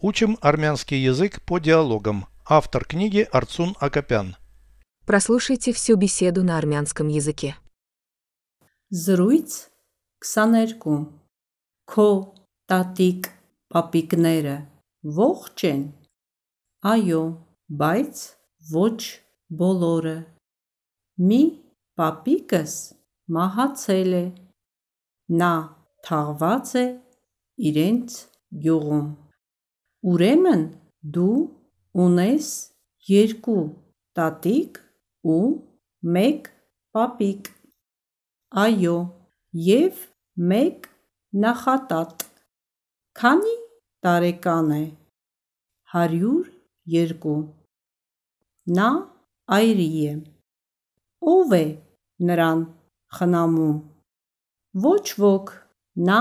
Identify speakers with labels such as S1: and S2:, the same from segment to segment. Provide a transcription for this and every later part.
S1: Учим армянский язык по диалогам. Автор книги Арцун Акопян.
S2: Прослушайте всю беседу на армянском языке.
S3: Զրույց 22 Քո տատիկ պապիկները ողջ են Այո, բայց ոչ բոլորը Մի պապիկս մահացել է Նա թաղված է իրենց գյուղում Ուրեմն դու ունես երկու տատիկ ու մեկ պապիկ Այո, եւ մեկ նախատատ։ Քանի տարեկան է։ 102։ Նա այրի է։ Ով է նրան խնամում։ Ոչ ոք, նա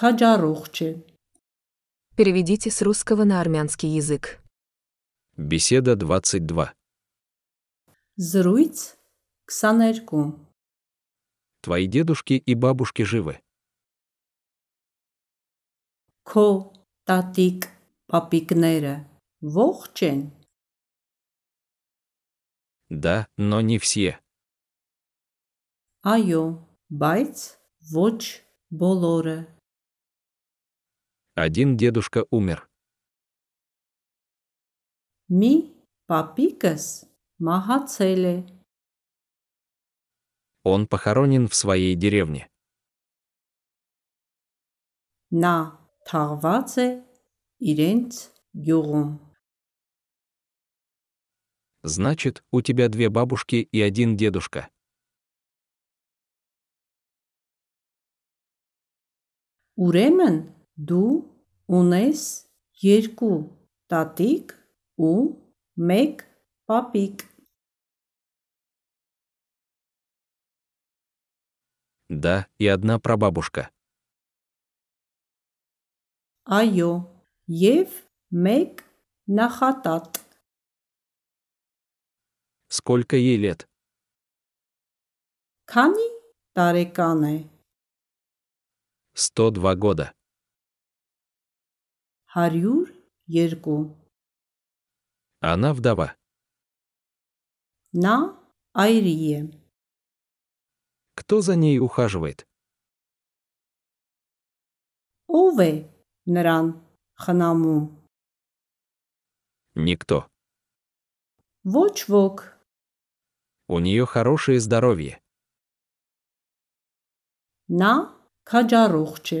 S3: քաջառողջ է։
S2: Переведите с русского на армянский язык.
S4: Беседа 22.
S3: Զրույց 22։
S4: Твои дедушки и бабушки живы.
S3: Քո տատիկ պապիկները ողջ են։
S4: Да, но не все.
S3: Այո, բայց ոչ բոլորը։
S4: Один дедушка умер.
S3: Մի պապիկս մահացել է։
S4: Он похоронен в своей деревне.
S3: Նա թաղված է իրենց գյուղում։
S4: Значит, у тебя две бабушки и один дедушка.
S3: Ուրեմն դու ունես երկու տատիկ ու մեկ պապիկ։
S4: Да, и одна прабабушка.
S3: Այո, եւ մեկ նախատատ։
S4: Сколько ей лет?
S3: Քանի տարեկան է։
S4: 102 года.
S3: 102։
S4: Она вдова.
S3: Նա այրի է։
S4: Кто за ней ухаживает?
S3: Ով է նրան խնամում։
S4: Никто.
S3: Ոչ ոք։
S4: У нее хорошее здоровье.
S3: Նա քաջառողջ է։